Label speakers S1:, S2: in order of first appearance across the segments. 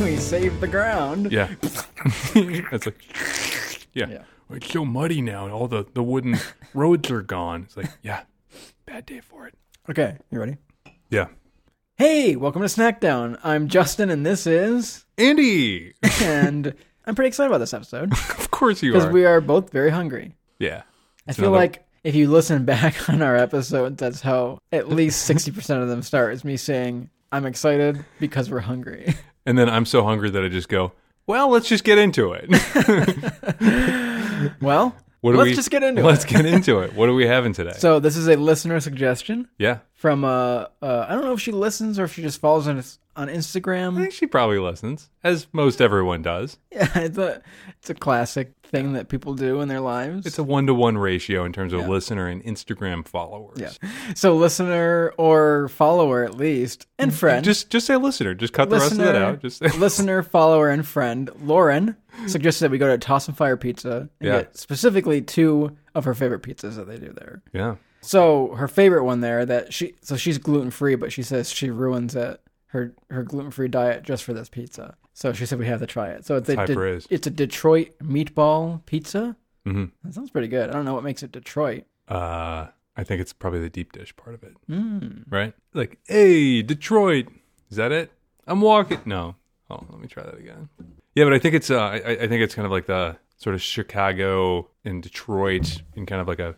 S1: we saved the ground.
S2: Yeah. it's like, yeah. It's so muddy now, and all the, the wooden roads are gone. It's like, yeah, bad day for it.
S1: Okay, you ready?
S2: Yeah.
S1: Hey, welcome to Snackdown. I'm Justin, and this is.
S2: Andy!
S1: And I'm pretty excited about this episode
S2: of course you
S1: because
S2: are.
S1: we are both very hungry.
S2: yeah.
S1: I feel like if you listen back on our episode, that's how at least 60% of them start is me saying, I'm excited because we're hungry.
S2: And then I'm so hungry that I just go, well, let's just get into it.
S1: Well,
S2: What do
S1: let's
S2: we-
S1: just get into
S2: let's
S1: it.
S2: get into it. What are we having today?
S1: So, this is a listener suggestion
S2: yeah.
S1: from, uh, uh, I don't know if she listens or if she just follows us on
S2: I
S1: Instagram.
S2: think she probably listens, as most everyone does.
S1: Yeah, it's a, it's a classic thing that people do in their lives.
S2: It's a one to one ratio in terms of listener and Instagram followers.
S1: yeah. So, listener or follower at least, and friend.
S2: Mm, Just just say listener. Just cut the rest of that out. Just say,
S1: listener, follower, and friend Lauren suggested that we go to Toss and Fire Pizza and
S2: Yeah.
S1: get specifically two of her favorite pizzas that they do there.
S2: yeah.
S1: So her favorite one there that she so she's gluten free, but she says she ruins it her her gluten free diet just for this pizza. So she said we have to try it. So it's a
S2: High
S1: De-
S2: praise.
S1: it's a Detroit meatball pizza.
S2: hmm
S1: That sounds pretty good. I don't know what makes it Detroit.
S2: Uh, I think it's probably the deep dish part of it,
S1: Mm.
S2: right? Like, hey, Detroit, is that it? I'm walking. No, oh, let me try that again. Yeah, but I think it's uh, I, I think it's kind of like the sort of Chicago and Detroit and kind of like a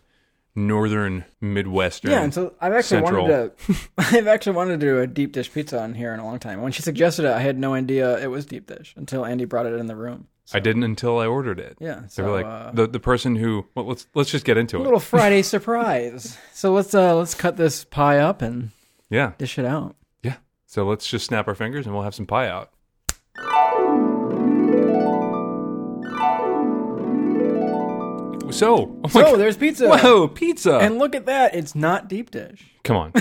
S2: northern Midwestern.
S1: Yeah, and so I've actually wanted to I've actually wanted to do a deep dish pizza on here in a long time. When she suggested it, I had no idea it was deep dish until Andy brought it in the room.
S2: I didn't until I ordered it.
S1: Yeah,
S2: They
S1: so
S2: were like
S1: uh,
S2: the the person who. Well, let's let's just get into it.
S1: little Friday surprise. So let's uh let's cut this pie up and
S2: yeah,
S1: dish it out.
S2: yeah. So let's just snap our fingers and we'll have some pie out. So, oh my
S1: So there's pizza.
S2: Whoa, pizza!
S1: And look at that, it's not deep dish.
S2: Come on.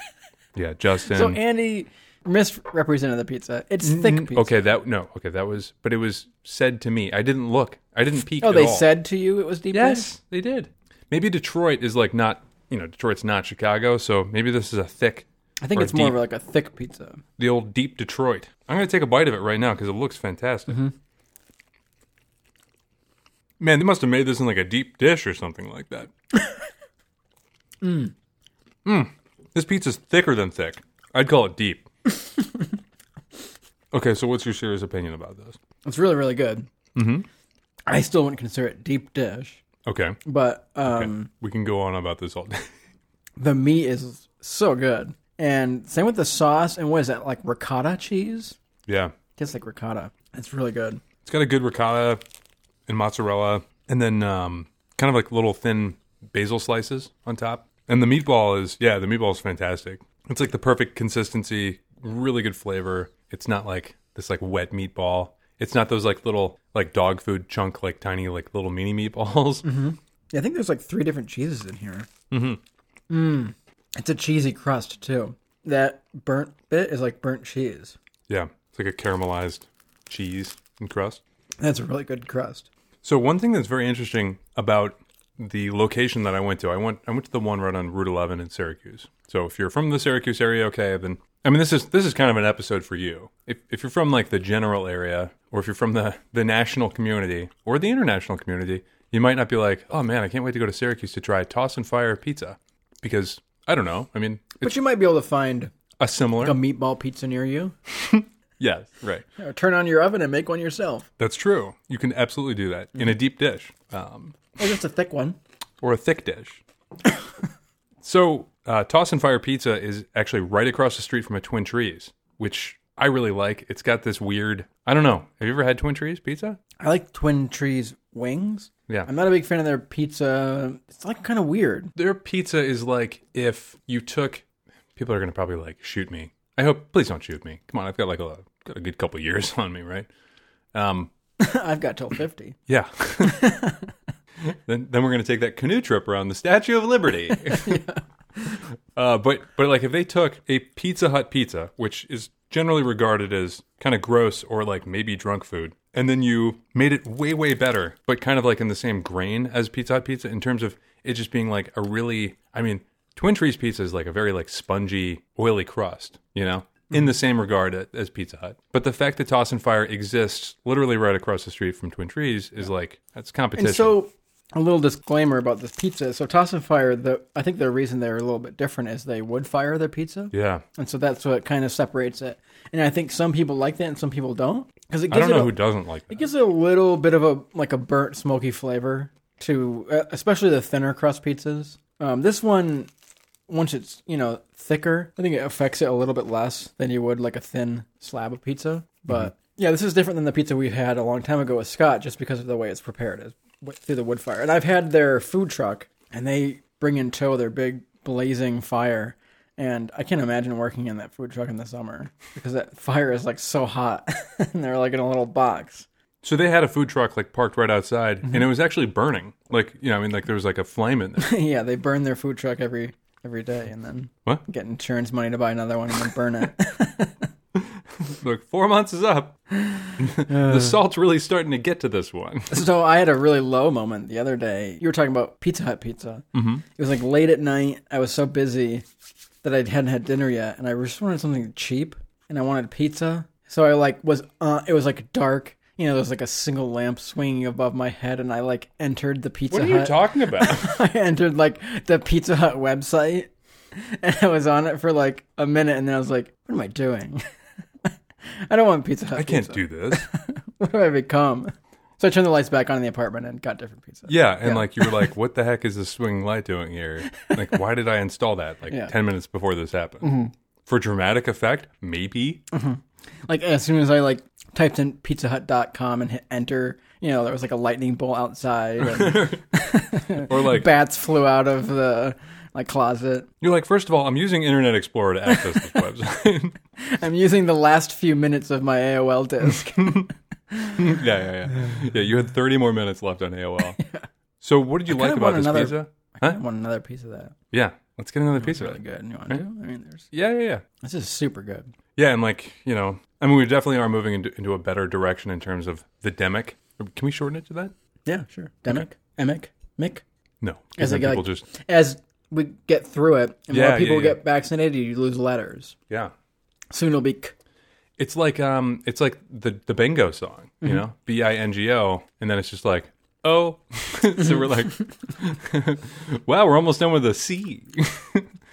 S2: yeah, Justin.
S1: So Andy misrepresented the pizza. It's thick pizza.
S2: Mm, okay, that no, okay, that was, but it was said to me. I didn't look. I didn't peek.
S1: Oh,
S2: at
S1: they
S2: all.
S1: said to you it was deep dish.
S2: yes, they did. Maybe Detroit is like not, you know, Detroit's not Chicago, so maybe this is a thick,
S1: I think
S2: Or
S1: it's more
S2: deep.
S1: of like a thick pizza.
S2: the old deep Detroit. I'm gonna take a bite of it right now because it looks fantastic. Man, they must have made this in like a deep dish or something like that. Mmm. Mm. This pizza's thicker than thick. I'd call it deep. okay, so what's your serious opinion about this?
S1: It's really really good. Mm-hmm. I still wouldn't consider it deep dish,
S2: Okay,
S1: but um.
S2: we can go on about this all day.
S1: the meat is so good. And same with the sauce. And what is that, like ricotta cheese?
S2: yeah,
S1: Tastes like ricotta. It's really good.
S2: it's got a good ricotta and mozzarella, and then um, kind of like little thin basil slices on top. And the meatball is yeah, the meatball is fantastic. It's like the perfect consistency, really good flavor. It's not like this like wet meatball. It's not those like little like dog food chunk like tiny like little mini meatballs.
S1: Yeah, I think there's like three different cheeses in here. Mm-hmm. Mm.
S2: Mm-hmm.
S1: It's a cheesy crust, too. That burnt bit is like burnt cheese.
S2: Yeah, it's like a caramelized cheese and crust.
S1: That's a really good crust.
S2: So one thing that's very interesting about the location that I went to, I went I went to the one right on Route 11 in Syracuse. So if you're from the Syracuse area, okay, then I mean this is this is kind of an episode for you. If if you're from like the general area, or if you're from the the national community or the international community, you might not be like, oh man, I can't wait to go to Syracuse to try Toss and Fire Pizza, because I don't know. I mean, it's
S1: But you might be able to find
S2: a similar.
S1: a meatball pizza near you.
S2: yes, right.
S1: Or turn on your oven and make one yourself.
S2: That's true. You can absolutely do that in a deep dish. Um,
S1: Or just a thick one.
S2: or a thick dish. so, uh, Toss and Fire Pizza is actually right across the street from a Twin Trees, which I really like. It's got this weird, I don't know. Have you ever had Twin Trees pizza?
S1: I like Twin Trees wings.
S2: Yeah.
S1: I'm not a big fan of their pizza. It's like kind of weird.
S2: Their pizza is like if you took, people are going to probably like shoot me. I hope, please don't shoot me. Come on, I've got like a, got a good couple years on me, right? Um,
S1: I've got
S2: Mm-hmm.
S1: till 50.
S2: yeah. then, then we're going to take that canoe trip around the Statue of Liberty. Uh, but but like if they took a Pizza Hut pizza, which is generally regarded as kind of gross or like maybe drunk food, and then you made it way way better, but kind of like in the same grain as Pizza Hut pizza in terms of it just being like a really, I mean, Twin Trees pizza is like a very like spongy, oily crust, you know. in the same regard a- as Pizza Hut. But the fact that Toss and Fire exists literally right across the street from Twin Trees is like that's competition.
S1: And so, a little disclaimer about this pizza. So, Toss and Fire, the I think the reason they're a little bit different is they would fire their pizza,
S2: yeah,
S1: and so that's what kind of separates it. And I think some people like that, and some people don't, because it
S2: I
S1: gives
S2: don't
S1: it
S2: know
S1: a,
S2: who doesn't like
S1: it
S2: that.
S1: gives it a little bit of a like a burnt, smoky flavor to, uh, especially the thinner crust pizzas. Um, this one, once it's you know thicker, I think it affects it a little bit less than you would like a thin slab of pizza, but. Yeah, this is different than the pizza we had a long time ago with Scott, just because of the way it's prepared is w- through the wood fire. And I've had their food truck, and they bring in tow their big blazing fire, and I can't imagine working in that food truck in the summer because that fire is like so hot, and they're like in a little box.
S2: So they had a food truck like parked right outside,
S1: Mm-hmm.
S2: and it was actually burning. Like you know, I mean, like there was like a flame in there.
S1: yeah, they burn their food truck every every day, and then
S2: What?
S1: get insurance money to buy another one and then burn it.
S2: Look, four months is up.
S1: Uh.
S2: the salt's really starting to get to this one.
S1: So I had a really low moment the other day. You were talking about Pizza Hut pizza. Mm-hmm. It was like late at night. I was so busy that I hadn't had dinner yet, and I just wanted something cheap, and I wanted pizza. So I like was uh, it was like dark. You know, there was like a single lamp swinging above my head, and I like entered the Pizza Hut.
S2: talking about?
S1: I entered like the Pizza Hut website, and I was on it for like a minute, and then I was like, "What am I doing? I don't want Pizza Hut.
S2: I can't do this.
S1: What have I become?" So I turned the lights back on in the apartment and got different pizza.
S2: Yeah, and like you were like, "What the heck is this swinging light doing here? Like, why did I install that like
S1: Yeah. Mm-hmm.
S2: ten minutes before this happened for dramatic effect? Maybe.
S1: Like as soon as I like typed in pizzahut.com and hit enter, you know, there was like a lightning bolt outside, and Uh,
S2: Or like
S1: bats flew out of the like closet.
S2: you're like, first of all, I'm using Internet Explorer to access this website.
S1: I'm using the last few minutes of my AOL disk.
S2: yeah, yeah, yeah. Yeah, you had 30 more minutes left on AOL. So what did you like
S1: kinda
S2: about
S1: want
S2: this
S1: another-
S2: pizza?
S1: I want another piece of that.
S2: Yeah, let's get another
S1: It's
S2: pizza.
S1: really good. You want to? I mean, there's
S2: Yeah, yeah, yeah.
S1: this is super good.
S2: Yeah, and like, you know, I mean, we definitely are moving into, into a better direction in terms of the demic. Can we shorten it to that?
S1: Yeah, sure. Demic, emic, mick.
S2: No.
S1: As
S2: 'cause then
S1: a, like-
S2: people just,
S1: As we get through it, and
S2: Yeah,
S1: more
S2: yeah,
S1: people
S2: yeah.
S1: get vaccinated, you lose letters.
S2: yeah.
S1: Soon it'll be. K.
S2: It's like um, it's like the the bingo song, you know, B I N G O, and then it's just like oh, so we're like, wow, we're almost done with the C.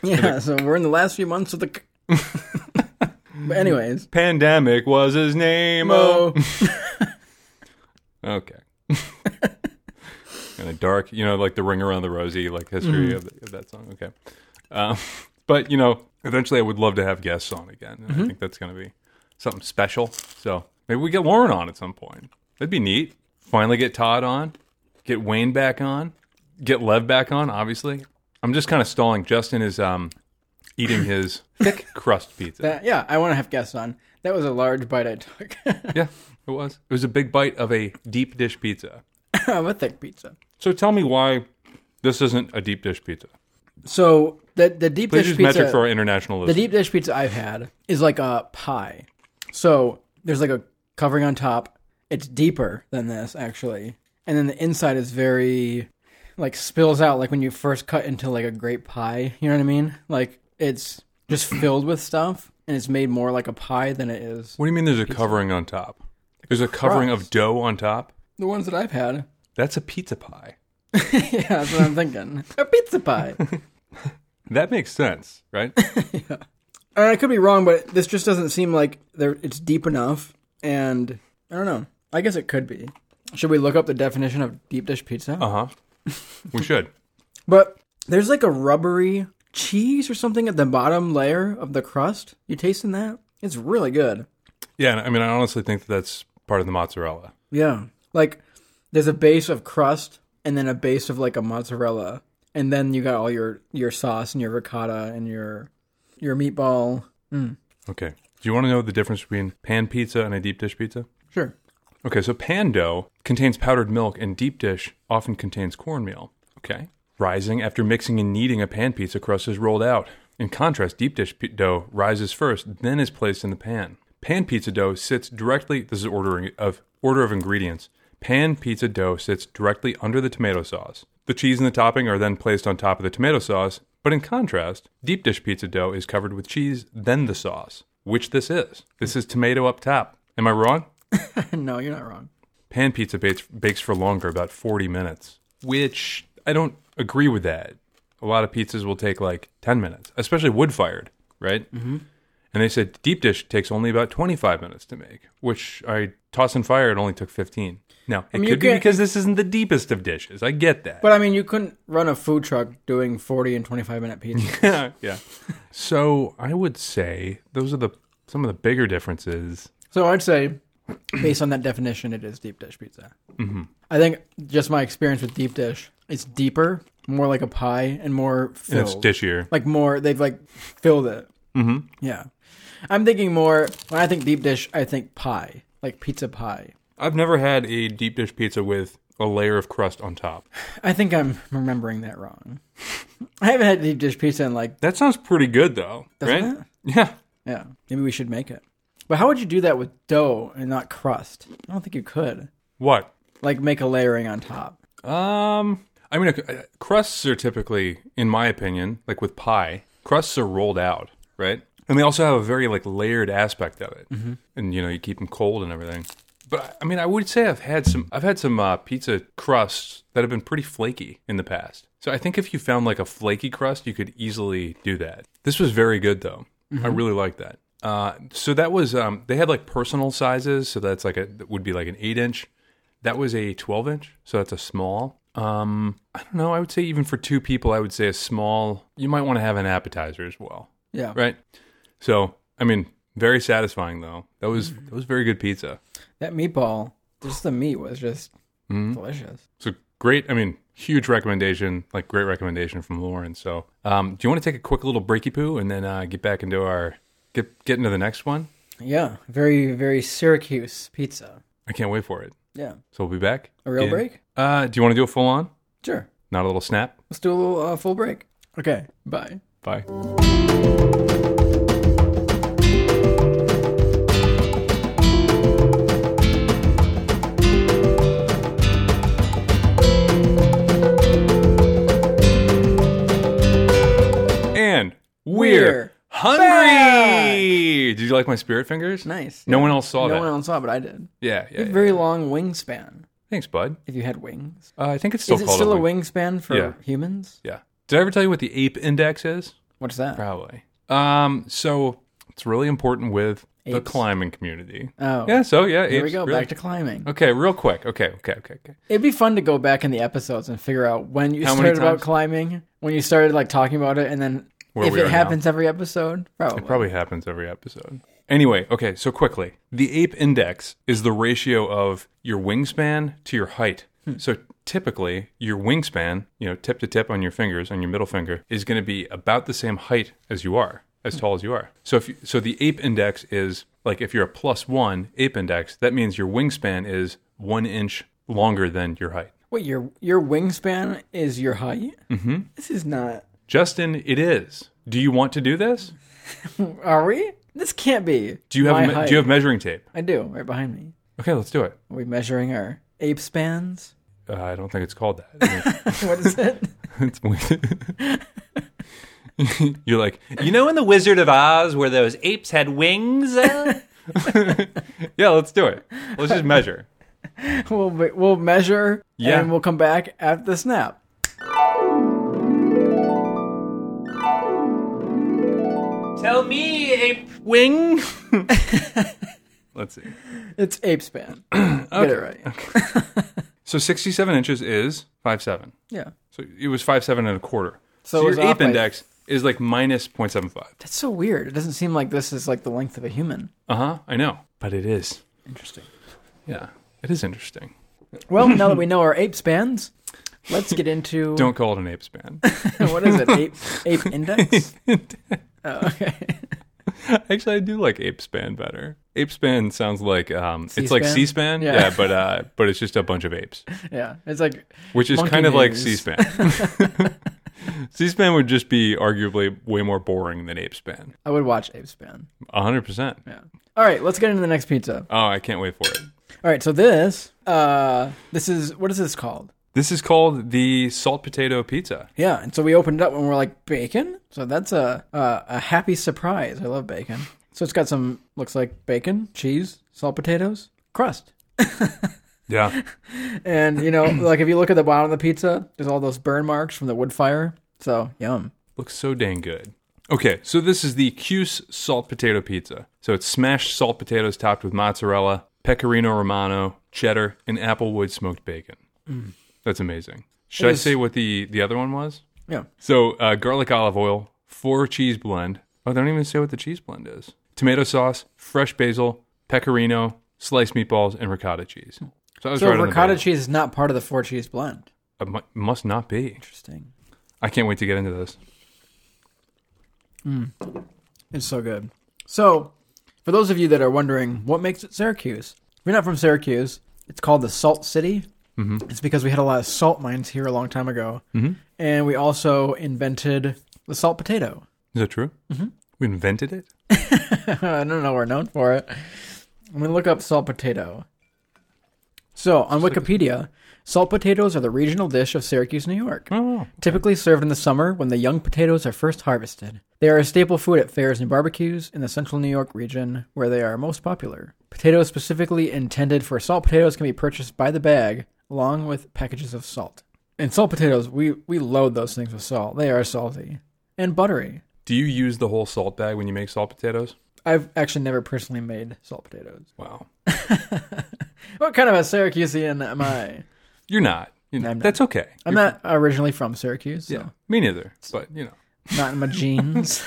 S1: Yeah, so we're in the last few months of the. K. but anyways,
S2: Pandemic was his name. Oh,
S1: Mo.
S2: okay. kind of dark, you know, like the ring around the rosy, like history of, of that song. Okay, um, but you know, eventually, I would love to have guests on again. And I think that's going to be something special. So maybe we get Lauren on at some point. That'd be neat. Finally, get Todd on, get Wayne back on, get Lev back on. Obviously, I'm just kind of stalling. Justin is um, eating his thick crust pizza.
S1: That, uh, yeah, I want to have guests on. That was a large bite I took
S2: Yeah, it was. It was a big bite of a deep dish pizza.
S1: of a thick pizza.
S2: So tell me why this isn't a deep dish pizza.
S1: So the the deep
S2: Please
S1: dish
S2: use
S1: pizza,
S2: metric for our international
S1: the
S2: listeners.
S1: deep dish pizza I've had is like a pie. So there's like a covering on top. It's deeper than this actually, and then the inside is very like spills out like when you first cut into like a grape pie. You know what I mean? Like it's just filled with stuff, and it's made more like a pie than it is.
S2: what do you mean there's a covering on top? There's a covering of dough on top?
S1: The ones that I've had,
S2: That's a pizza pie.
S1: yeah, that's what I'm thinking. A pizza pie.
S2: That makes sense, right?
S1: And I could be wrong, but this just doesn't seem like there. It's deep enough, and I don't know. I guess it could be. Should we look up the definition of deep dish pizza?
S2: uh huh. We should.
S1: But there's like a rubbery cheese or something at the bottom layer of the crust. You tasting that? It's really good.
S2: Yeah, and I mean, I honestly think that that's part of the mozzarella.
S1: Yeah. Like there's a base of crust and then a base of like a mozzarella, and then you got all your your sauce and your ricotta and your your meatball.
S2: Okay. Do you want to know the difference between pan pizza and a deep dish pizza?
S1: Sure.
S2: Okay, so pan dough contains powdered milk and deep dish often contains cornmeal. Okay. Rising after mixing and kneading a pan pizza crust is rolled out. In contrast, deep dish pi- dough rises first, then is placed in the pan. Pan pizza dough sits directly this is ordering of order of ingredients. Pan pizza dough sits directly under the tomato sauce. The cheese and the topping are then placed on top of the tomato sauce, but in contrast, deep dish pizza dough is covered with cheese, then the sauce. which this is. This is tomato up top. Am I wrong?
S1: no, you're not wrong.
S2: Pan pizza bakes, bakes for longer, about 40 minutes, which I don't agree with that. A lot of pizzas will take like 10 minutes, especially wood fired, right? Mm-hmm. And they said deep dish takes only about 25 minutes to make, which I toss and fire, it only took 15. Now, it
S1: mean, you
S2: could be
S1: can't-
S2: because this isn't the deepest of dishes. I get that.
S1: But I mean, you couldn't run a food truck doing 40 and 25 minute pizza.
S2: yeah. So I would say those are the some of the bigger differences.
S1: so I'd say, based on that definition, it is deep dish pizza. Mm-hmm. I think just my experience with deep dish, it's deeper, more like a pie, and more
S2: And it's
S1: filled.
S2: dishier.
S1: like more, they've like filled it.
S2: Mm-hmm.
S1: Yeah. I'm thinking more, when I think deep dish, I think pie, like pizza pie.
S2: I've never had a deep dish pizza with a layer of crust on top.
S1: I think I'm remembering that wrong. I haven't had deep dish pizza in like
S2: That sounds pretty good though,
S1: Doesn't
S2: right? Yeah.
S1: Yeah, maybe we should make it. But how would you do that with dough and not crust? I don't think you could.
S2: What?
S1: Like make a layering on top.
S2: Um, I mean, uh, crusts are typically, in my opinion, like with pie, crusts are rolled out, right? And they also have a very like layered aspect of it, and you know you keep them cold and everything. But I- I mean, I would say I've had some, I've had some uh, pizza crusts that have been pretty flaky in the past. So I think if you found like a flaky crust, you could easily do that. This was very good though. I really like that. Uh, so that was um, they had like personal sizes, so that's like a that would be like an eight inch, that was a 12 inch, so that's a small. Um, I don't know. I would say even for two people, I would say a small. You might want to have an appetizer as well,
S1: Yeah.
S2: right? So, I mean, very satisfying though. That was
S1: Mm.
S2: that was very good pizza.
S1: That meatball, just the meat was just
S2: Mm-hmm.
S1: delicious.
S2: So great. I mean, huge recommendation. Like great recommendation from Lauren. So, um, do you want to take a quick little breaky poo and then uh, get back into our get get into the next one?
S1: Yeah. Very, very Syracuse pizza.
S2: I can't wait for it.
S1: Yeah.
S2: So we'll be back.
S1: A real
S2: in-
S1: break?
S2: Uh, do you want to do a full on?
S1: Sure.
S2: Not a little snap.
S1: Let's do a little uh, full break. Okay. Bye.
S2: Bye. And we're,
S1: We're
S2: hungry. Did you like my spirit fingers?
S1: Nice.
S2: No one else saw
S1: No
S2: that.
S1: one else saw, but I did.
S2: Yeah, yeah,
S1: You had
S2: yeah.
S1: Very long wingspan.
S2: Thanks, bud.
S1: If you had wings,
S2: Uh, I think it's still
S1: is it
S2: called
S1: still a
S2: wing.
S1: wingspan for
S2: Yeah.
S1: humans?
S2: Yeah. Did I ever tell you what the ape index is?
S1: What's that?
S2: Probably. Um, so it's really important with the
S1: Apes.
S2: climbing community.
S1: Oh,
S2: Yeah, so yeah,
S1: Here we
S2: apes,
S1: go.
S2: really-
S1: Back to climbing.
S2: Okay, real quick. Okay, okay, okay, okay.
S1: It'd be fun to go back in the episodes and figure out when you
S2: How many
S1: started about
S2: times?
S1: climbing, when you started like talking about it, and then
S2: Where
S1: if
S2: we
S1: it
S2: are
S1: happens every episode, probably.
S2: Probably happens every episode. Anyway, okay, so quickly. The ape index is the ratio of your wingspan to your height.
S1: Hmm.
S2: So typically, your wingspan, you know, tip to tip on your fingers, on your middle finger, is going to be about the same height as you are, as
S1: Hmm.
S2: tall as you are. So if you, so the ape index is like if you're a plus 1 ape index, that means your wingspan is 1 inch longer than your height.
S1: Wait, your your wingspan is your height? Mm-hmm. This is not.
S2: Justin, it is. Do you want to do this?
S1: Are we? This can't be.
S2: Do you have
S1: my
S2: me-
S1: height.
S2: do you have measuring tape?
S1: I do. Right behind me.
S2: Okay, let's do it.
S1: Are we measuring our ape spans?
S2: Uh, I don't think it's called that.
S1: What is it?
S2: It's weird. You're like, you know, in the Wizard of Oz where those apes had wings. yeah, let's do it. Let's just measure.
S1: we'll be- we'll measure.
S2: Yeah.
S1: And we'll come back at the snap.
S2: Tell me, ape wing. let's see.
S1: It's ape span. Get it right.
S2: So 67 inches is five seven.
S1: Yeah.
S2: So it was five seven and a quarter.
S1: So it
S2: So,
S1: was
S2: your
S1: off
S2: ape
S1: by-
S2: index is like minus 0.75.
S1: That's so weird. It doesn't seem like this is like the length of a human.
S2: Uh huh. I know, but it is.
S1: Interesting.
S2: Yeah, it is interesting.
S1: Well, now that we know our ape spans, let's get into
S2: Don't call it an ape span.
S1: what is it? Ape ape index? oh, okay.
S2: Actually, I do like Ape Span better. Ape Span sounds like um, it's like
S1: C-SPAN?
S2: C Span,
S1: Yeah.
S2: yeah. but uh, but it's just a bunch of apes,
S1: Yeah. It's like
S2: which is
S1: Monkey
S2: kind of like
S1: news.
S2: C Span. C Span would just be arguably way more boring than Ape Span,
S1: I would watch ape span.
S2: hundred percent.
S1: Yeah. All right, let's get into the next pizza.
S2: Oh, I can't wait for it.
S1: All right, so this uh this is what is this called?
S2: This is called the salt potato pizza.
S1: Yeah, and so we opened it up and we're like bacon. So that's a uh, a happy surprise. I love bacon. So it's got some looks like bacon, cheese, salt potatoes, crust.
S2: Yeah.
S1: And you know, like if you look at the bottom of the pizza, there's all those burn marks from the wood fire. So yum.
S2: Looks so dang good. Okay, so this is the Cuse salt potato pizza. So it's smashed salt potatoes topped with mozzarella, pecorino romano, cheddar, and applewood smoked bacon. That's amazing. Should I
S1: is.
S2: say what the the other one was?
S1: Yeah.
S2: So uh, garlic olive oil, four cheese blend. Oh, they don't even say what the cheese blend is. Tomato sauce, fresh basil, pecorino, sliced meatballs, and ricotta cheese. So I was
S1: So
S2: right on the
S1: ricotta
S2: button.
S1: cheese is not part of the four cheese blend.
S2: Uh, mu- must not be.
S1: Interesting.
S2: I can't wait to get into this.
S1: It's so good. So, for those of you that are wondering what makes it Syracuse, if you're not from Syracuse, it's called the Salt City. Mm-hmm. It's because we had a lot of salt mines here a long time ago, mm-hmm. and we also invented the salt potato.
S2: Is that true? Mm-hmm. We invented it.
S1: I don't know. We're known for it. I'm gonna look up salt potato. So on Wikipedia, salt potatoes are the regional dish of Syracuse, New York.
S2: Oh,
S1: Typically served in the summer when the young potatoes are first harvested. They are a staple food at fairs and barbecues in the central New York region where they are most popular. Potatoes specifically intended for salt potatoes can be purchased by the bag along with packages of salt. And salt potatoes, we, we load those things with salt. They are salty and buttery.
S2: do you use the whole salt bag when you make salt potatoes?
S1: I've actually never personally made salt potatoes.
S2: Wow,
S1: What kind of a Syracusean am I?
S2: you're not. You know,
S1: I'm not.
S2: That's okay.
S1: I'm
S2: You're-
S1: not originally from Syracuse, so
S2: Yeah, me neither. But you know,
S1: not in my genes.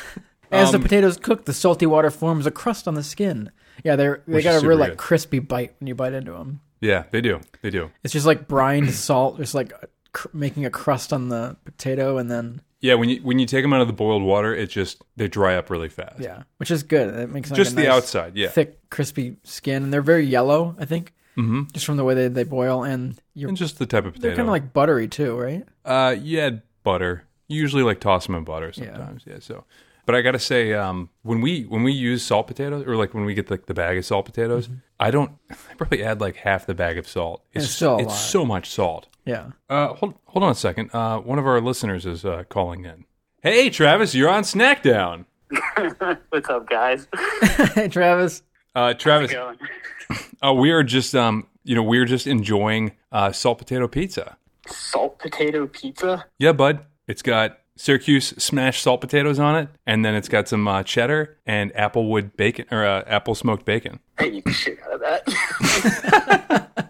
S1: As
S2: Um,
S1: the potatoes cook, the salty water forms a crust on the skin. Yeah, they're they
S2: Which is
S1: got a real
S2: super
S1: like
S2: good.
S1: crispy bite when you bite into them.
S2: yeah, they do. They do.
S1: It's just like brined salt, just like cr- making a crust on the potato, and then
S2: Yeah, when you when you take them out of the boiled water, it just they dry up really fast.
S1: yeah, which is good. It makes like, a
S2: just the
S1: nice,
S2: outside. Yeah,
S1: thick, crispy skin, and they're very yellow. I think mm-hmm. just from the way they, they boil, and you're
S2: and just the type of potato.
S1: they're kind of like buttery too, right?
S2: Uh, yeah, butter. You Usually, like toss them in butter sometimes. Yeah. so, but I gotta say, um, when we when we use salt potatoes, or like when we get like the bag of salt potatoes, I don't. I probably add like half the bag of salt. Mm-hmm. It's
S1: It's still a
S2: it's
S1: lot.
S2: so much salt.
S1: Yeah.
S2: Uh, hold hold on a second. Uh, one of our listeners is uh, calling in. Hey, Travis, you're on Snackdown.
S3: What's up, guys?
S1: hey, Travis.
S2: Uh, Travis,
S3: Going.
S2: uh, we are just um, you know, we're just enjoying uh, salt potato pizza.
S3: Salt potato pizza?
S2: Yeah, bud. It's got Syracuse smashed salt potatoes on it, and then it's got some uh, cheddar and applewood bacon or uh, apple smoked bacon.
S3: I eat the shit out of that.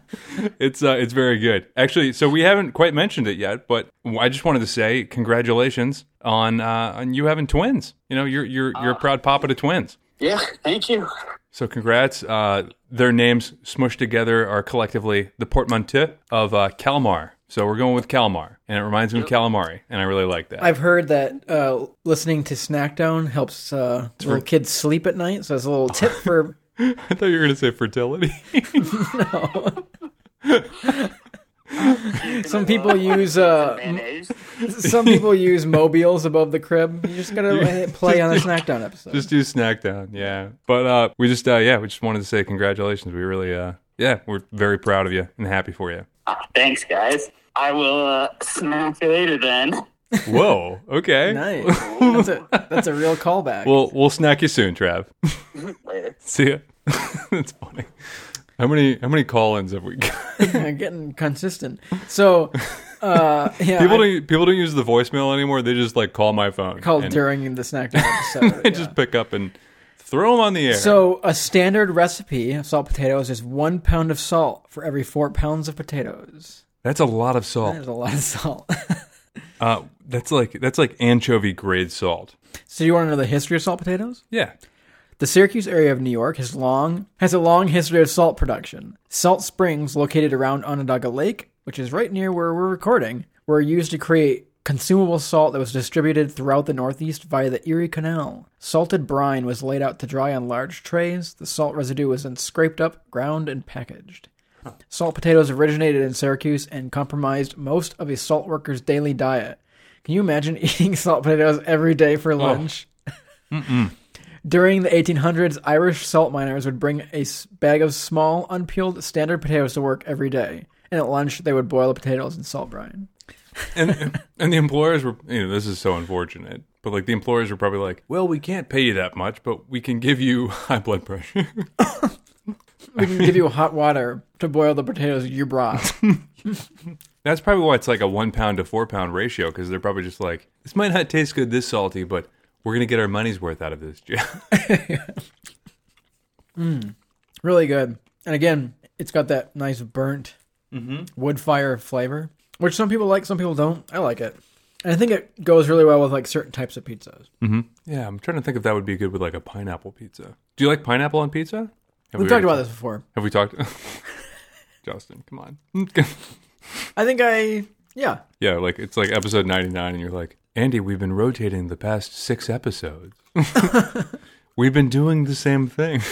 S2: It's uh, it's very good, actually. So we haven't quite mentioned it yet, but I just wanted to say congratulations on uh, on you having twins. You know, you're you're you're a proud papa to twins.
S3: yeah, thank you.
S2: So congrats. Uh, their names smushed together are collectively the portmanteau of uh, Kalmar. So we're going with Kalmar, and it reminds me of calamari, and I really like that.
S1: I've heard that uh, listening to Snackdown helps uh, little kids sleep at night. So it's a little tip for
S2: I thought you were going to say fertility.
S1: some people use. Uh,
S3: Mayonnaise.
S1: some people use mobiles above the crib. You just gotta hit play on the Snackdown episode.
S2: just do Snackdown, yeah. But uh, we just, uh, yeah, we just wanted to say congratulations. We really, uh, yeah, we're very proud of you and happy for you.
S3: Ah, thanks, guys. I will uh, smack you later then.
S2: Whoa, okay.
S1: nice. That's a that's a real callback.
S2: We'll we'll snack you soon, Trav.
S3: Later.
S2: See ya. That's funny. How many how many call-ins have we got?
S1: Getting consistent. So, uh, yeah,
S2: People
S1: I
S2: don't people don't use the voicemail anymore. They just like call my phone.
S1: called
S2: and
S1: during the Snackdown episode.
S2: I
S1: yeah.
S2: just pick up and throw them on the air.
S1: So a standard recipe of salt potatoes is one pound of salt for every four pounds of potatoes.
S2: that's a lot of salt.
S1: There's a lot of salt.
S2: Uh, that's like that's like anchovy grade salt.
S1: So you want to know the history of salt potatoes?
S2: Yeah.
S1: The Syracuse area of New York has long has a long history of salt production. Salt springs located around Onondaga Lake, which is right near where we're recording, were used to create consumable salt that was distributed throughout the Northeast via the Erie Canal. Salted brine was laid out to dry on large trays. The salt residue was then scraped up, ground, and packaged. Salt potatoes originated in Syracuse and compromised most of a salt worker's daily diet. Can you imagine eating salt potatoes every day for lunch? During the 1800s, Irish salt miners would bring a s- bag of small, unpeeled standard potatoes to work every day, and at lunch they would boil the potatoes in salt brine.
S2: and and the employers were you know this is so unfortunate But like the employers were probably like, well, we can't pay you that much, but we can give you high blood pressure.
S1: We can give you hot water to boil the potatoes you brought.
S2: That's probably why it's like a one pound to four pound ratio because they're probably just like, this might not taste good this salty, but we're going to get our money's worth out of this.
S1: really good. And again, it's got that nice burnt wood fire flavor, which some people like, some people don't. I like it. And I think it goes really well with like certain types of pizzas.
S2: yeah, I'm trying to think if that would be good with like a pineapple pizza. Do you like pineapple on pizza? Have
S1: We've talked about this before.
S2: Have we talked? Justin, come on.
S1: I think I, yeah,
S2: yeah, like it's like episode 99, and you're like, Andy, we've been rotating the past six episodes. we've been doing the same thing.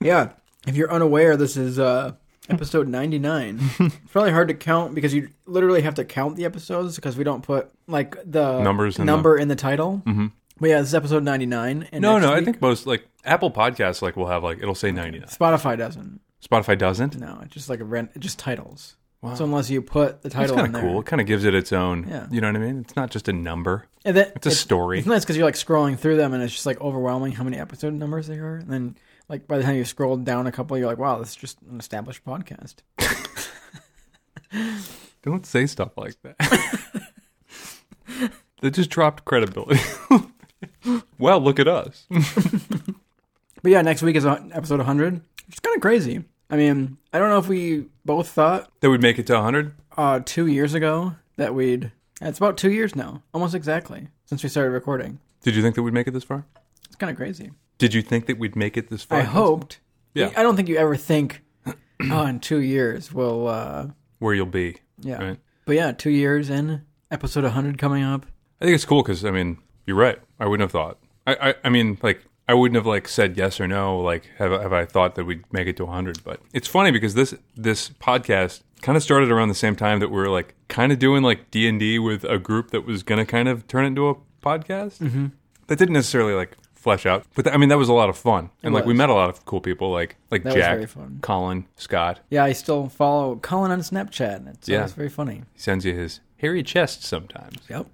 S1: Yeah. If you're unaware, this is uh, episode 99. it's probably hard to count because you literally have to count the episodes because we don't put like the
S2: Numbers in
S1: number in the title. Mm-hmm. But yeah, this is episode 99. And
S2: No,
S1: next
S2: no, I
S1: week-
S2: think most like Apple Podcasts, like will have like it'll say 99.
S1: Spotify doesn't.
S2: Spotify doesn't.
S1: No, it's just like a rent, just titles. So unless you put the
S2: It's
S1: title in
S2: kind of
S1: there,
S2: cool. It kind of gives it its own.
S1: Yeah.
S2: You know what I mean? It's not just a number.
S1: and then
S2: It's a story.
S1: It's nice because you're like scrolling through them and it's just like overwhelming how many episode numbers there are. And then like by the time you scroll down a couple, you're like, wow, this is just an established podcast.
S2: Don't say stuff like that. that just dropped credibility. well, look at us.
S1: But yeah, next week is uh, episode 100. It's kind of crazy. I mean, I don't know if we both thought
S2: that would make it to 100.
S1: uh, two years ago that we'd. It's about two years now, almost exactly, since we started recording.
S2: Did you think that we'd make it this far?
S1: It's kind of crazy.
S2: Did you think that we'd make it this far?
S1: I hoped.
S2: Yeah.
S1: I don't think you ever think, oh, in two years, we'll. Uh,
S2: Where you'll be.
S1: yeah.
S2: Right.
S1: But yeah, two years in, episode 100 coming up.
S2: I think it's cool because I mean, you're right. I wouldn't have thought. I, I, I mean, like, I wouldn't have like said yes or no. Like, have have I thought that we'd make it to 100? But it's funny because this this podcast kind of started around the same time that we were like kind of doing like D and D with a group that was gonna kind of turn it into a podcast. Mm-hmm. That didn't necessarily like flesh out, but that- I mean, that was a lot of fun. And like, we
S1: was.
S2: met a lot of cool people, like like
S1: That was
S2: Jack,
S1: very fun.
S2: Colin, Scott.
S1: Yeah, I still follow Colin on Snapchat, and it's
S2: Yeah.
S1: always very funny.
S2: He sends you his hairy chest sometimes.
S1: Yep.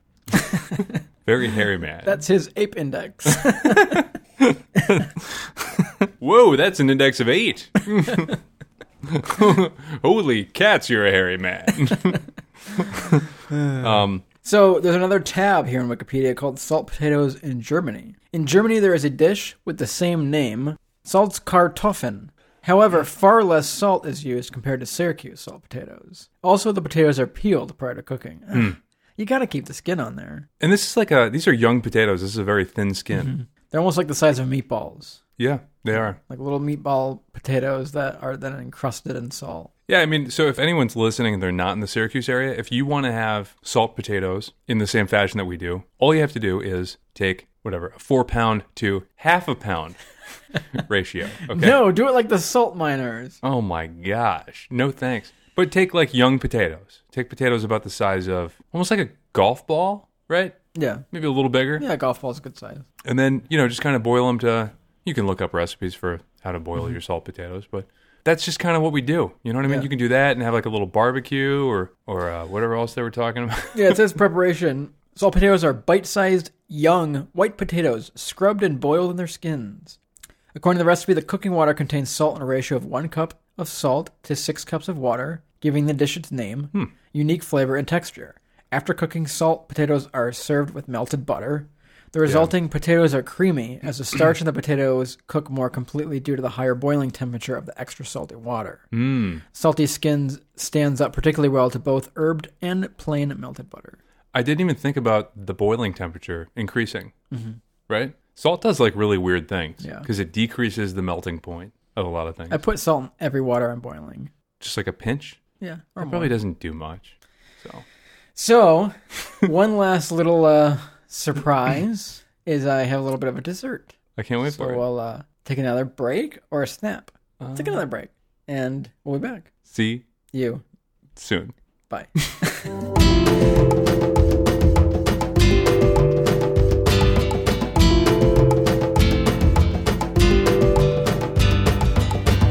S2: Very hairy man.
S1: That's his ape index.
S2: Whoa, that's an index of eight. Holy cats, you're a hairy man. um,
S1: So there's another tab here on Wikipedia called salt potatoes in Germany. In Germany, there is a dish with the same name, Salzkartoffeln. However, far less salt is used compared to Syracuse salt potatoes. Also, the potatoes are peeled prior to cooking. You gotta keep the skin on there.
S2: and this is like a, these are young potatoes. This is a very thin skin.
S1: They're almost like the size of meatballs,
S2: Yeah, they are.
S1: like little meatball potatoes that are then encrusted in salt.
S2: Yeah, I mean, so if anyone's listening and they're not in the Syracuse area, if you want to have salt potatoes in the same fashion that we do, all you have to do is take whatever, a four pound to half a pound ratio. Okay.
S1: No, do it like the salt miners.
S2: Oh my gosh. No thanks. But take like young potatoes. Take potatoes about the size of almost like a golf ball, right?
S1: Yeah,
S2: Maybe a little bigger.
S1: yeah, golf ball's a good size.
S2: And then, you know, just kind of boil them to you can look up recipes for how to boil
S1: Mm-hmm.
S2: your salt potatoes, but that's just kind of what we do. You know what I mean? You can do that and have like a little barbecue or or uh, whatever else they were talking about.
S1: Yeah, it says preparation. Salt potatoes are bite sized, young, white potatoes, scrubbed and boiled in their skins. According to the recipe, the cooking water contains salt in a ratio of one cup of salt to six cups of water, giving the dish its name, unique flavor, and texture. After cooking, salt potatoes are served with melted butter. The resulting potatoes are creamy, as the starch in the potatoes cook more completely due to the higher boiling temperature of the extra salty water. Salty skins stands up particularly well to both herbed and plain melted butter.
S2: I didn't even think about the boiling temperature increasing, right? Salt does like really weird things
S1: Mm-hmm. Yeah.
S2: because it decreases the melting point of a lot of things.
S1: I put salt in every water I'm boiling.
S2: just like a pinch.
S1: Yeah, or
S2: Probably
S1: more.
S2: doesn't do much. So
S1: So, one last little uh, surprise is I have a little bit of a dessert.
S2: I can't wait
S1: So
S2: for it.
S1: we'll uh, take another break or a snap. take another break, and we'll be back.
S2: See
S1: You,
S2: soon.
S1: bye.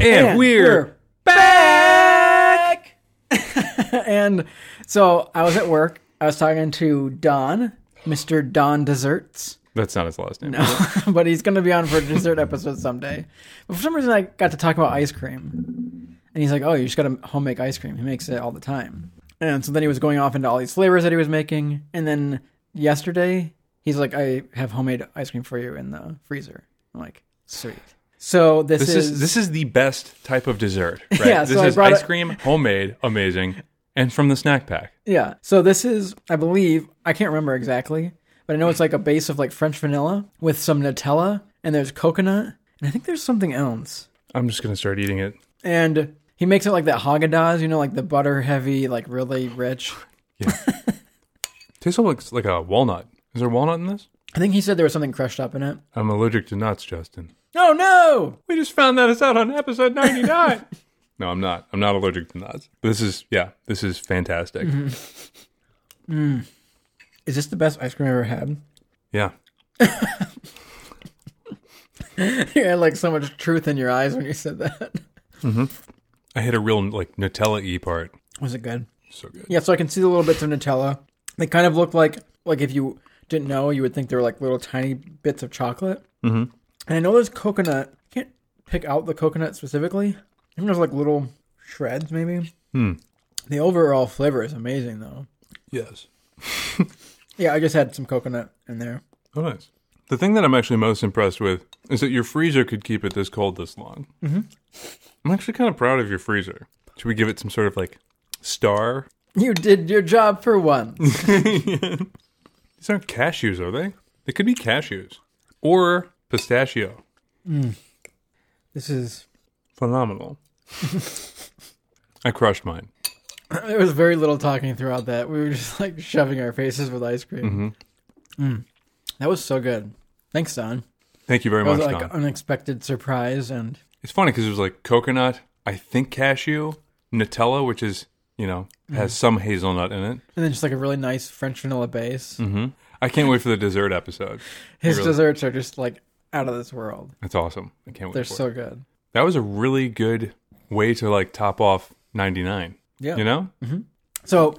S2: And,
S1: And
S2: we're,
S1: back. and so I was at work. I was talking to Don, Mr. Don Desserts.
S2: That's not his last name.
S1: No, but he's going to be on for a dessert episode someday. But for some reason, I got to talk about ice cream. And he's like, oh, you just got to homemake ice cream. He makes it all the time. And so then he was going off into all these flavors that he was making. And then yesterday, he's like, I have homemade ice cream for you in the freezer. I'm like, sweet. So this,
S2: This
S1: is,
S2: is this is the best type of dessert. Right?
S1: Yeah,
S2: this
S1: so I
S2: is
S1: brought
S2: ice
S1: it-
S2: cream, homemade, amazing, and from the snack pack.
S1: yeah. So this is, I believe, I can't remember exactly, but I know it's like a base of like French vanilla with some Nutella and there's coconut. And I think there's something else.
S2: I'm just gonna start eating it.
S1: and he makes it like that Haagen Dazs, you know, like the butter heavy, like really rich.
S2: Tastes like like a walnut. Is there walnut in this?
S1: I think he said there was something crushed up in it.
S2: I'm allergic to nuts, Justin.
S1: Oh no!
S2: We just found that out on episode 99. no, I'm not. I'm not allergic to nuts. This is yeah. This is fantastic.
S1: Mm-hmm. Is this the best ice cream I've ever had?
S2: Yeah.
S1: you had like so much truth in your eyes when you said that.
S2: I hit a real like Nutella e part.
S1: Was it good?
S2: So good.
S1: Yeah, so I can see the little bits of Nutella. They kind of look like like if you didn't know, you would think they were like little tiny bits of chocolate. Mm-hmm. And I know there's coconut. I can't pick out the coconut specifically. I think there's like little shreds, maybe. The overall flavor is amazing, though.
S2: Yes.
S1: Yeah, I just had some coconut in there.
S2: Oh, nice. The thing that I'm actually most impressed with is that your freezer could keep it this cold this long. Mm-hmm. I'm actually kind of proud of your freezer. Should we give it some sort of like star?
S1: You did your job for once.
S2: These aren't cashews, are they? They could be cashews or pistachio.
S1: this is
S2: Phenomenal. I crushed mine.
S1: there was very little talking throughout that. We were just like shoving our faces with ice cream.
S2: Mm-hmm.
S1: Mm. That was so good. Thanks, Don.
S2: Thank you very
S1: That was
S2: much,
S1: like
S2: Don.
S1: unexpected surprise and
S2: It's funny because it was like coconut, I think cashew, Nutella, which is, you know, has
S1: Mm-hmm.
S2: some hazelnut in it.
S1: and then just like a really nice French vanilla base.
S2: I can't wait for the dessert episode.
S1: His
S2: Mm-hmm. Really?
S1: desserts are just like out of this world.
S2: That's awesome. I can't wait
S1: They're
S2: for it.
S1: so good.
S2: That was a really good way to like top off 99.
S1: Yeah.
S2: You know?
S1: So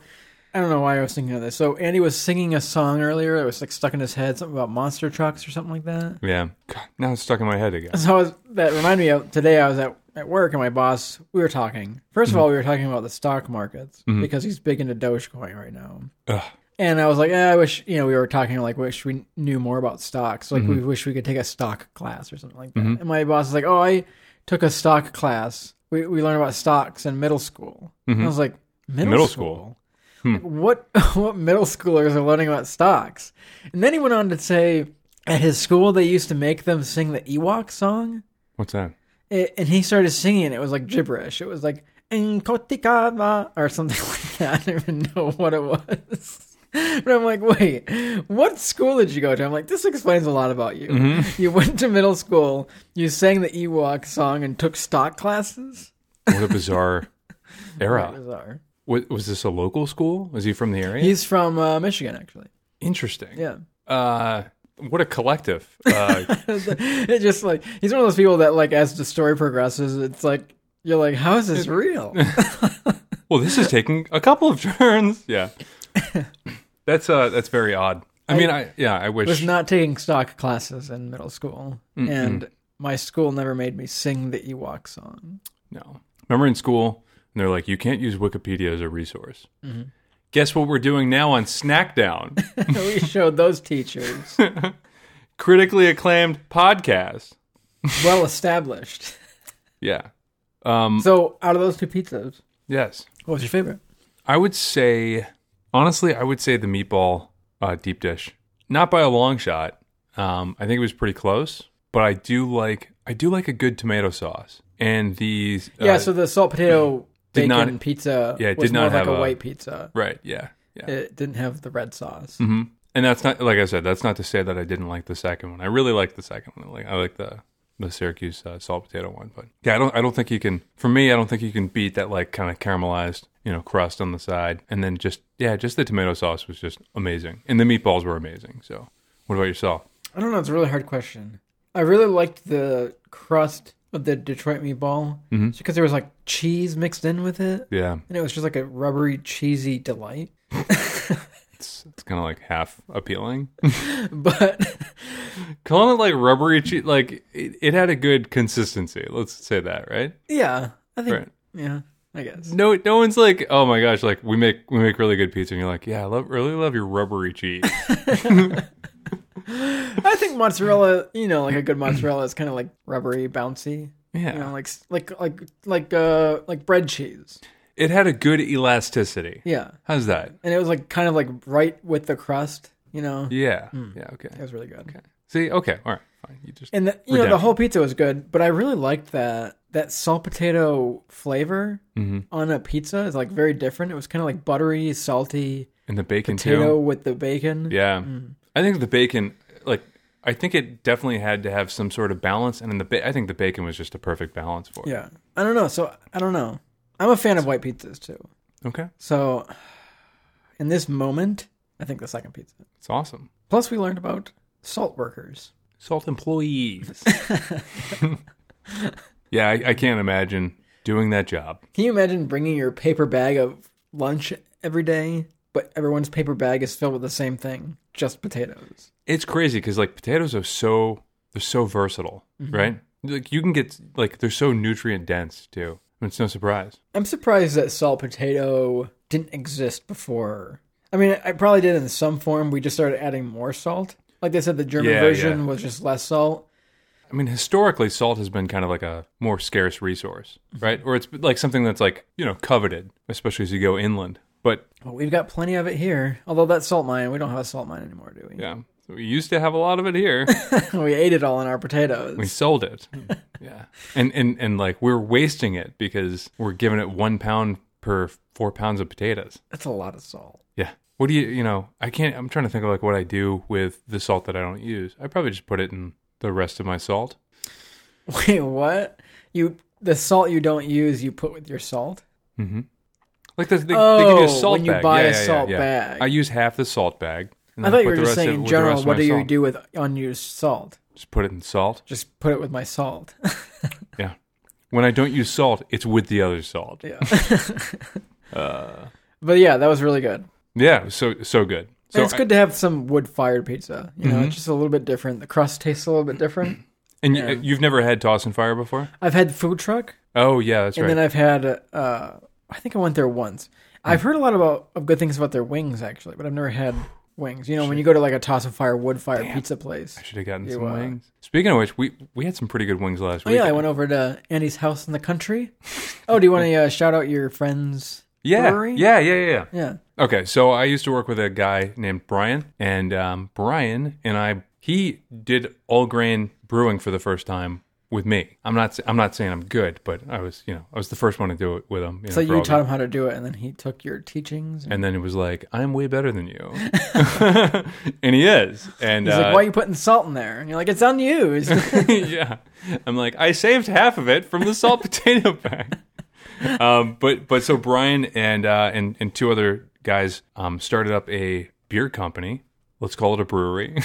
S1: I don't know why I was thinking of this. So Andy was singing a song earlier. It was like stuck in his head, something about monster trucks or something like that.
S2: Yeah. God, now it's stuck in my head again.
S1: So I was, that reminded me of today. I was at, at work and my boss. We were talking. 1st of all, we were talking about the stock markets because he's big into Dogecoin right now.
S2: Ugh.
S1: And I was like, eh, I wish you know we were talking like wish we knew more about stocks. Like we wish we could take a stock class or something like that. And my boss is like, Oh, I took a stock class. We we learned about stocks in middle school. And I was like, Middle,
S2: Middle
S1: school.
S2: school.
S1: Like, what what middle schoolers are learning about stocks? And then he went on to say at his school they used to make them sing the Ewok song
S2: What's that?
S1: it, and he started singing. and It was like gibberish. It was like "Nkotikava" or something like that. I don't even know what it was. But I'm like, wait, what school did you go to? I'm like, this explains a lot about you. You went to middle school. You sang the Ewok song and took stock classes.
S2: What a bizarre era.
S1: Bizarre.
S2: Wa- was this a local school? Was he from the area?
S1: He's from uh, Michigan, actually.
S2: Interesting.
S1: Yeah.
S2: Uh, what a collective. Uh,
S1: It's just like he's one of those people that, like, as the story progresses, it's like you're like, how is this real?
S2: well, this is taking a couple of turns. Yeah. That's uh that's very odd. I, mean, I yeah, I wish
S1: was not taking stock classes in middle school, and my school never made me sing the Ewok song.
S2: No. Remember in school, and they're like, you can't use Wikipedia as a resource.
S1: Mm-hmm.
S2: Guess what we're doing now on Snackdown?
S1: we showed those teachers,
S2: Critically acclaimed podcast.
S1: well established.
S2: Yeah. Um,
S1: So, out of those two pizzas,
S2: yes.
S1: what was your favorite?
S2: I would say, honestly, I would say the meatball uh, deep dish. Not by a long shot. Um, I think it was pretty close, but I do like I do like a good tomato sauce. And these uh,
S1: yeah, so the salt potato
S2: did
S1: bacon
S2: not-
S1: pizza
S2: yeah, it
S1: was
S2: did
S1: more
S2: not
S1: like
S2: have
S1: a,
S2: a-
S1: white pizza.
S2: right, yeah. Yeah.
S1: It didn't have the red sauce.
S2: Mm-hmm. and that's not like I said. That's not to say that I didn't like the second one. I really like the second one. Like I like the the Syracuse uh, salt potato one. But yeah, I don't. I don't think you can. For me, I don't think you can beat that like kind of caramelized you know crust on the side, and then just yeah, just the tomato sauce was just amazing, and the meatballs were amazing. So what about yourself?
S1: I don't know. It's a really hard question. I really liked the crust of the Detroit meatball
S2: Mm-hmm.
S1: because there was like cheese mixed in with it.
S2: Yeah,
S1: and it was just like a rubbery, cheesy delight.
S2: It's, it's kind of like half appealing.
S1: But
S2: Calling it like rubbery cheese, like it, it had a good consistency. Let's say that, right?
S1: yeah, I think
S2: Right.
S1: yeah, I guess.
S2: No, no one's like, oh my gosh, like we make we make really good pizza, and you're like, yeah, I love, really love your rubbery cheese.
S1: I think mozzarella, you know, like a good mozzarella is kind of like rubbery, bouncy.
S2: Yeah,
S1: You know, like like like like uh like bread cheese.
S2: it had a good elasticity.
S1: Yeah.
S2: How's that?
S1: And it was like kind of like right with the crust, you know.
S2: Yeah, yeah, okay.
S1: It was really good.
S2: See, okay, all right, fine. You just
S1: Hmm. And the, you know the
S2: Redemption.
S1: whole pizza was good, but I really liked that that salt potato flavor
S2: Mm-hmm.
S1: on a pizza is like very different. It was kind of like buttery, salty
S2: and the bacon
S1: potato Hmm.
S2: too.
S1: with the bacon.
S2: Yeah, I think the bacon, like, I think it definitely had to have some sort of balance, and in the ba- I think the bacon was just a perfect balance for it.
S1: Yeah. I don't know. So I don't know. I'm a fan of white pizzas too.
S2: Okay,
S1: So in this moment, I think the second pizza.
S2: it's awesome.
S1: Plus, we learned about salt workers.
S2: Salt employees. yeah, I, I can't imagine doing that job.
S1: Can you imagine bringing your paper bag of lunch every day, but everyone's paper bag is filled with the same thing, just potatoes?
S2: It's crazy because like potatoes are so they're so versatile,
S1: Mm-hmm.
S2: right? Like you can get like they're so nutrient dense too. I mean, it's no surprise.
S1: I'm surprised that salt potato didn't exist before. I mean, it probably did in some form. We just started adding more salt. Like they said, the German
S2: Yeah,
S1: version
S2: yeah.
S1: was just less salt.
S2: I mean, historically, salt has been kind of like a more scarce resource, right? Or it's like something that's like you know coveted, especially as you go inland. But
S1: But we've got plenty of it here. Although that salt mine, we don't have a salt mine anymore, do we?
S2: yeah, we used to have a lot of it here.
S1: we ate it all in our
S2: We
S1: potatoes.
S2: sold it. yeah. And, and and like we're wasting it because we're giving it one pound per four pounds of potatoes.
S1: That's a lot of salt.
S2: Yeah. What do you you know, I can't I'm trying to think of like what I do with the salt that I don't use. I probably just put it in the rest of my salt.
S1: Wait, what? You the salt you don't use, you put with your salt?
S2: Like the, they, they give you
S1: Oh,
S2: a salt
S1: when you
S2: bag.
S1: buy
S2: yeah,
S1: a
S2: yeah, yeah,
S1: salt
S2: yeah.
S1: bag.
S2: I use half the salt bag. and
S1: I
S2: then
S1: thought you
S2: put
S1: were
S2: the
S1: just
S2: rest
S1: saying
S2: of-
S1: in
S2: with the
S1: general.
S2: rest of
S1: What
S2: my
S1: do you
S2: salt.
S1: do with unused salt?
S2: Just put it in salt.
S1: Just put it with my salt.
S2: Yeah. When I don't use salt, it's with the other salt.
S1: yeah.
S2: Uh,
S1: But yeah, that was really good.
S2: Yeah, so so good. So
S1: and it's
S2: I- Mm-hmm.
S1: good to have some wood-fired pizza. You know, it's just a little bit different. The crust tastes a little bit different.
S2: and you, you've never had toss and fire before?
S1: I've had food truck,
S2: Oh yeah, that's
S1: and
S2: right. Hmm.
S1: then I've had. Uh, I think I went there once. I've heard a lot about of good things about their wings actually, but I've never had wings. You know, when you go to like a toss and fire wood-fired pizza place.
S2: Should have gotten
S1: You,
S2: some
S1: uh,
S2: wings. Speaking of which, we we had some pretty good wings last
S1: Oh
S2: week.
S1: yeah, I went over to Andy's house in the country. Oh, do you want to uh, shout out your friends?
S2: yeah,
S1: brewery?
S2: yeah, yeah, yeah, yeah.
S1: Yeah.
S2: Okay, so I used to work with a guy named Brian, and um, Brian and I, he did all grain brewing for the first time with me. I'm not, s- I'm not saying I'm good, but I was, you know, I was the first one to do it with him.
S1: So
S2: know, for
S1: you
S2: all
S1: taught
S2: the-
S1: him how to do it, and then he took your teachings. And
S2: and then it was like, I'm way better than you, and he is. And
S1: he's
S2: uh,
S1: like, "Why are you putting salt in there?" And you're like, "It's unused."
S2: yeah. I'm like, I saved half of it from the salt potato bag. Um, but but so Brian and uh, and and two other guys um, started up a beer company. Let's call it a brewery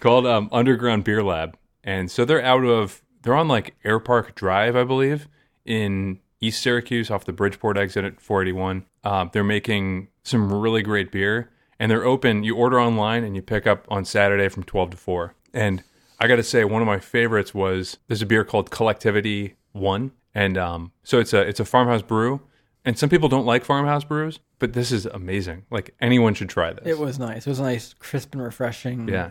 S2: called um, Underground Beer Lab. And so they're out of they're on like Air Park Drive, I believe, in East Syracuse off the Bridgeport exit at 481. Um, they're making some really great beer, and they're open. You order online and you pick up on Saturday from 12 to 4. And I got to say, one of my favorites was there's a beer called Collectivity One, and um, so it's a it's a farmhouse brew. And some people don't like farmhouse brews, but this is amazing. Like anyone should try this.
S1: it was nice. It was nice, crisp and refreshing.
S2: Yeah.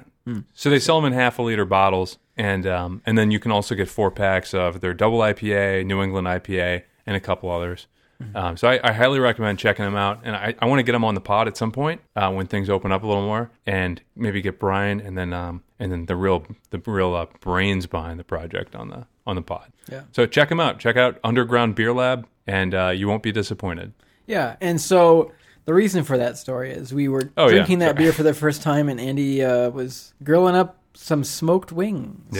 S2: So they sell them in half a liter bottles, and um, and then you can also get four packs of their double IPA, New England IPA, and a couple others. Um, so I, I highly recommend checking them out, and I, I want to get them on the pod at some point uh, when things open up a little more, and maybe get Brian and then um, and then the real the real uh, brains behind the project on the on the pod.
S1: Yeah.
S2: So check them out. Check out Underground Beer Lab, and uh, you won't be disappointed.
S1: Yeah, and so the reason for that story is we were
S2: Oh, yeah,
S1: drinking that
S2: sorry.
S1: beer for the first time, and Andy uh, was grilling up some smoked wings.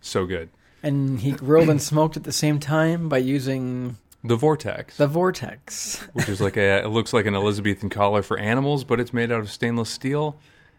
S2: So good.
S1: and he grilled and smoked at the same time by using
S2: The Vortex.
S1: the vortex.
S2: which is like a it looks like an Elizabethan collar for animals, but it's made out of stainless steel,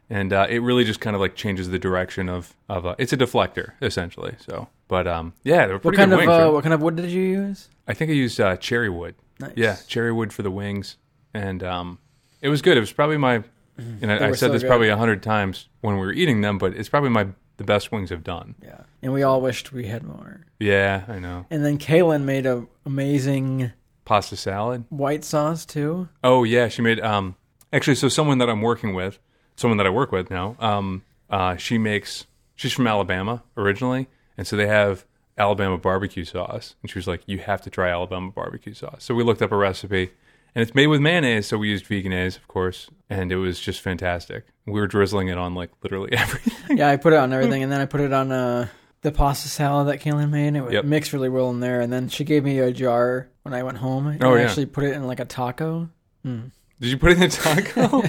S2: and uh, it really just kind of like changes the direction of of uh, it's a deflector essentially. So, but um, yeah, they're
S1: What
S2: pretty
S1: kind
S2: good
S1: of
S2: wings.
S1: uh,
S2: right?
S1: what kind of wood did you use?
S2: I think I used uh, cherry wood.
S1: Nice.
S2: Yeah, cherry wood for the wings, and um, It was good. It was probably my, and I, I
S1: Mm-hmm. were
S2: said
S1: so
S2: this
S1: good.
S2: probably a hundred times when we were eating them, but it's probably my the best wings I've done.
S1: Yeah. And we all wished we had more.
S2: Yeah, I know.
S1: And then Kaylin made a amazing
S2: Pasta salad.
S1: white sauce too.
S2: Oh yeah, she made um actually so someone that I'm working with, someone that I work with now, um uh she makes she's from Alabama originally, and so they have Alabama barbecue sauce. And she was like, You have to try Alabama barbecue sauce. So we looked up a recipe and it's made with mayonnaise, so we used veganaise, of course, and it was just fantastic. We were drizzling it on like literally everything.
S1: Yeah, I put it on everything, and then I put it on uh, the pasta salad that Kaylin made. and It would
S2: Yep.
S1: mixed really well in there, and then she gave me a jar when I went home. And
S2: Oh,
S1: I
S2: yeah.
S1: actually put it in like a taco.
S2: Did you put it in a taco?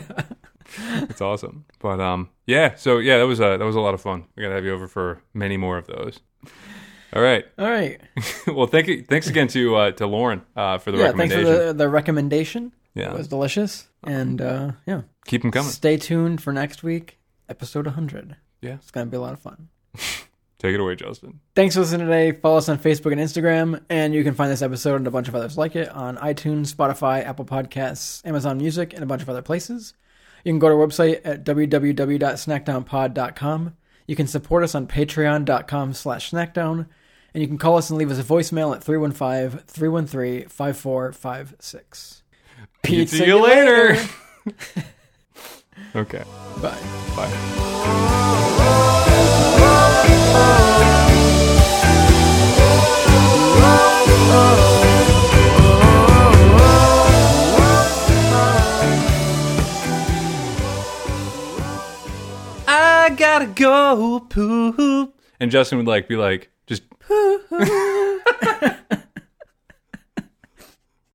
S2: It's awesome. But um yeah, so yeah, that was a that was a lot of fun. We gotta have you over for many more of those. All right.
S1: All right.
S2: well, thank you. Thanks again to uh, to Lauren uh, for the
S1: yeah, thanks for
S2: recommendation.
S1: the, the recommendation. It
S2: yeah,
S1: was delicious. And uh, yeah,
S2: keep them coming.
S1: stay tuned for next week, episode 100.
S2: Yeah.
S1: It's going to be a lot of fun.
S2: Take it away, Justin.
S1: Thanks for listening today. Follow us on Facebook and Instagram, and you can find this episode and a bunch of others like it on iTunes, Spotify, Apple Podcasts, Amazon Music, and a bunch of other places. You can go to our website at www.snackdownpod.com. You can support us on patreon.com slash snackdown, and you can call us and leave us a voicemail at 315-313-5456. Pete,
S2: See you later. okay.
S1: Bye.
S2: Bye. I gotta go poop. And Justin would like be like, just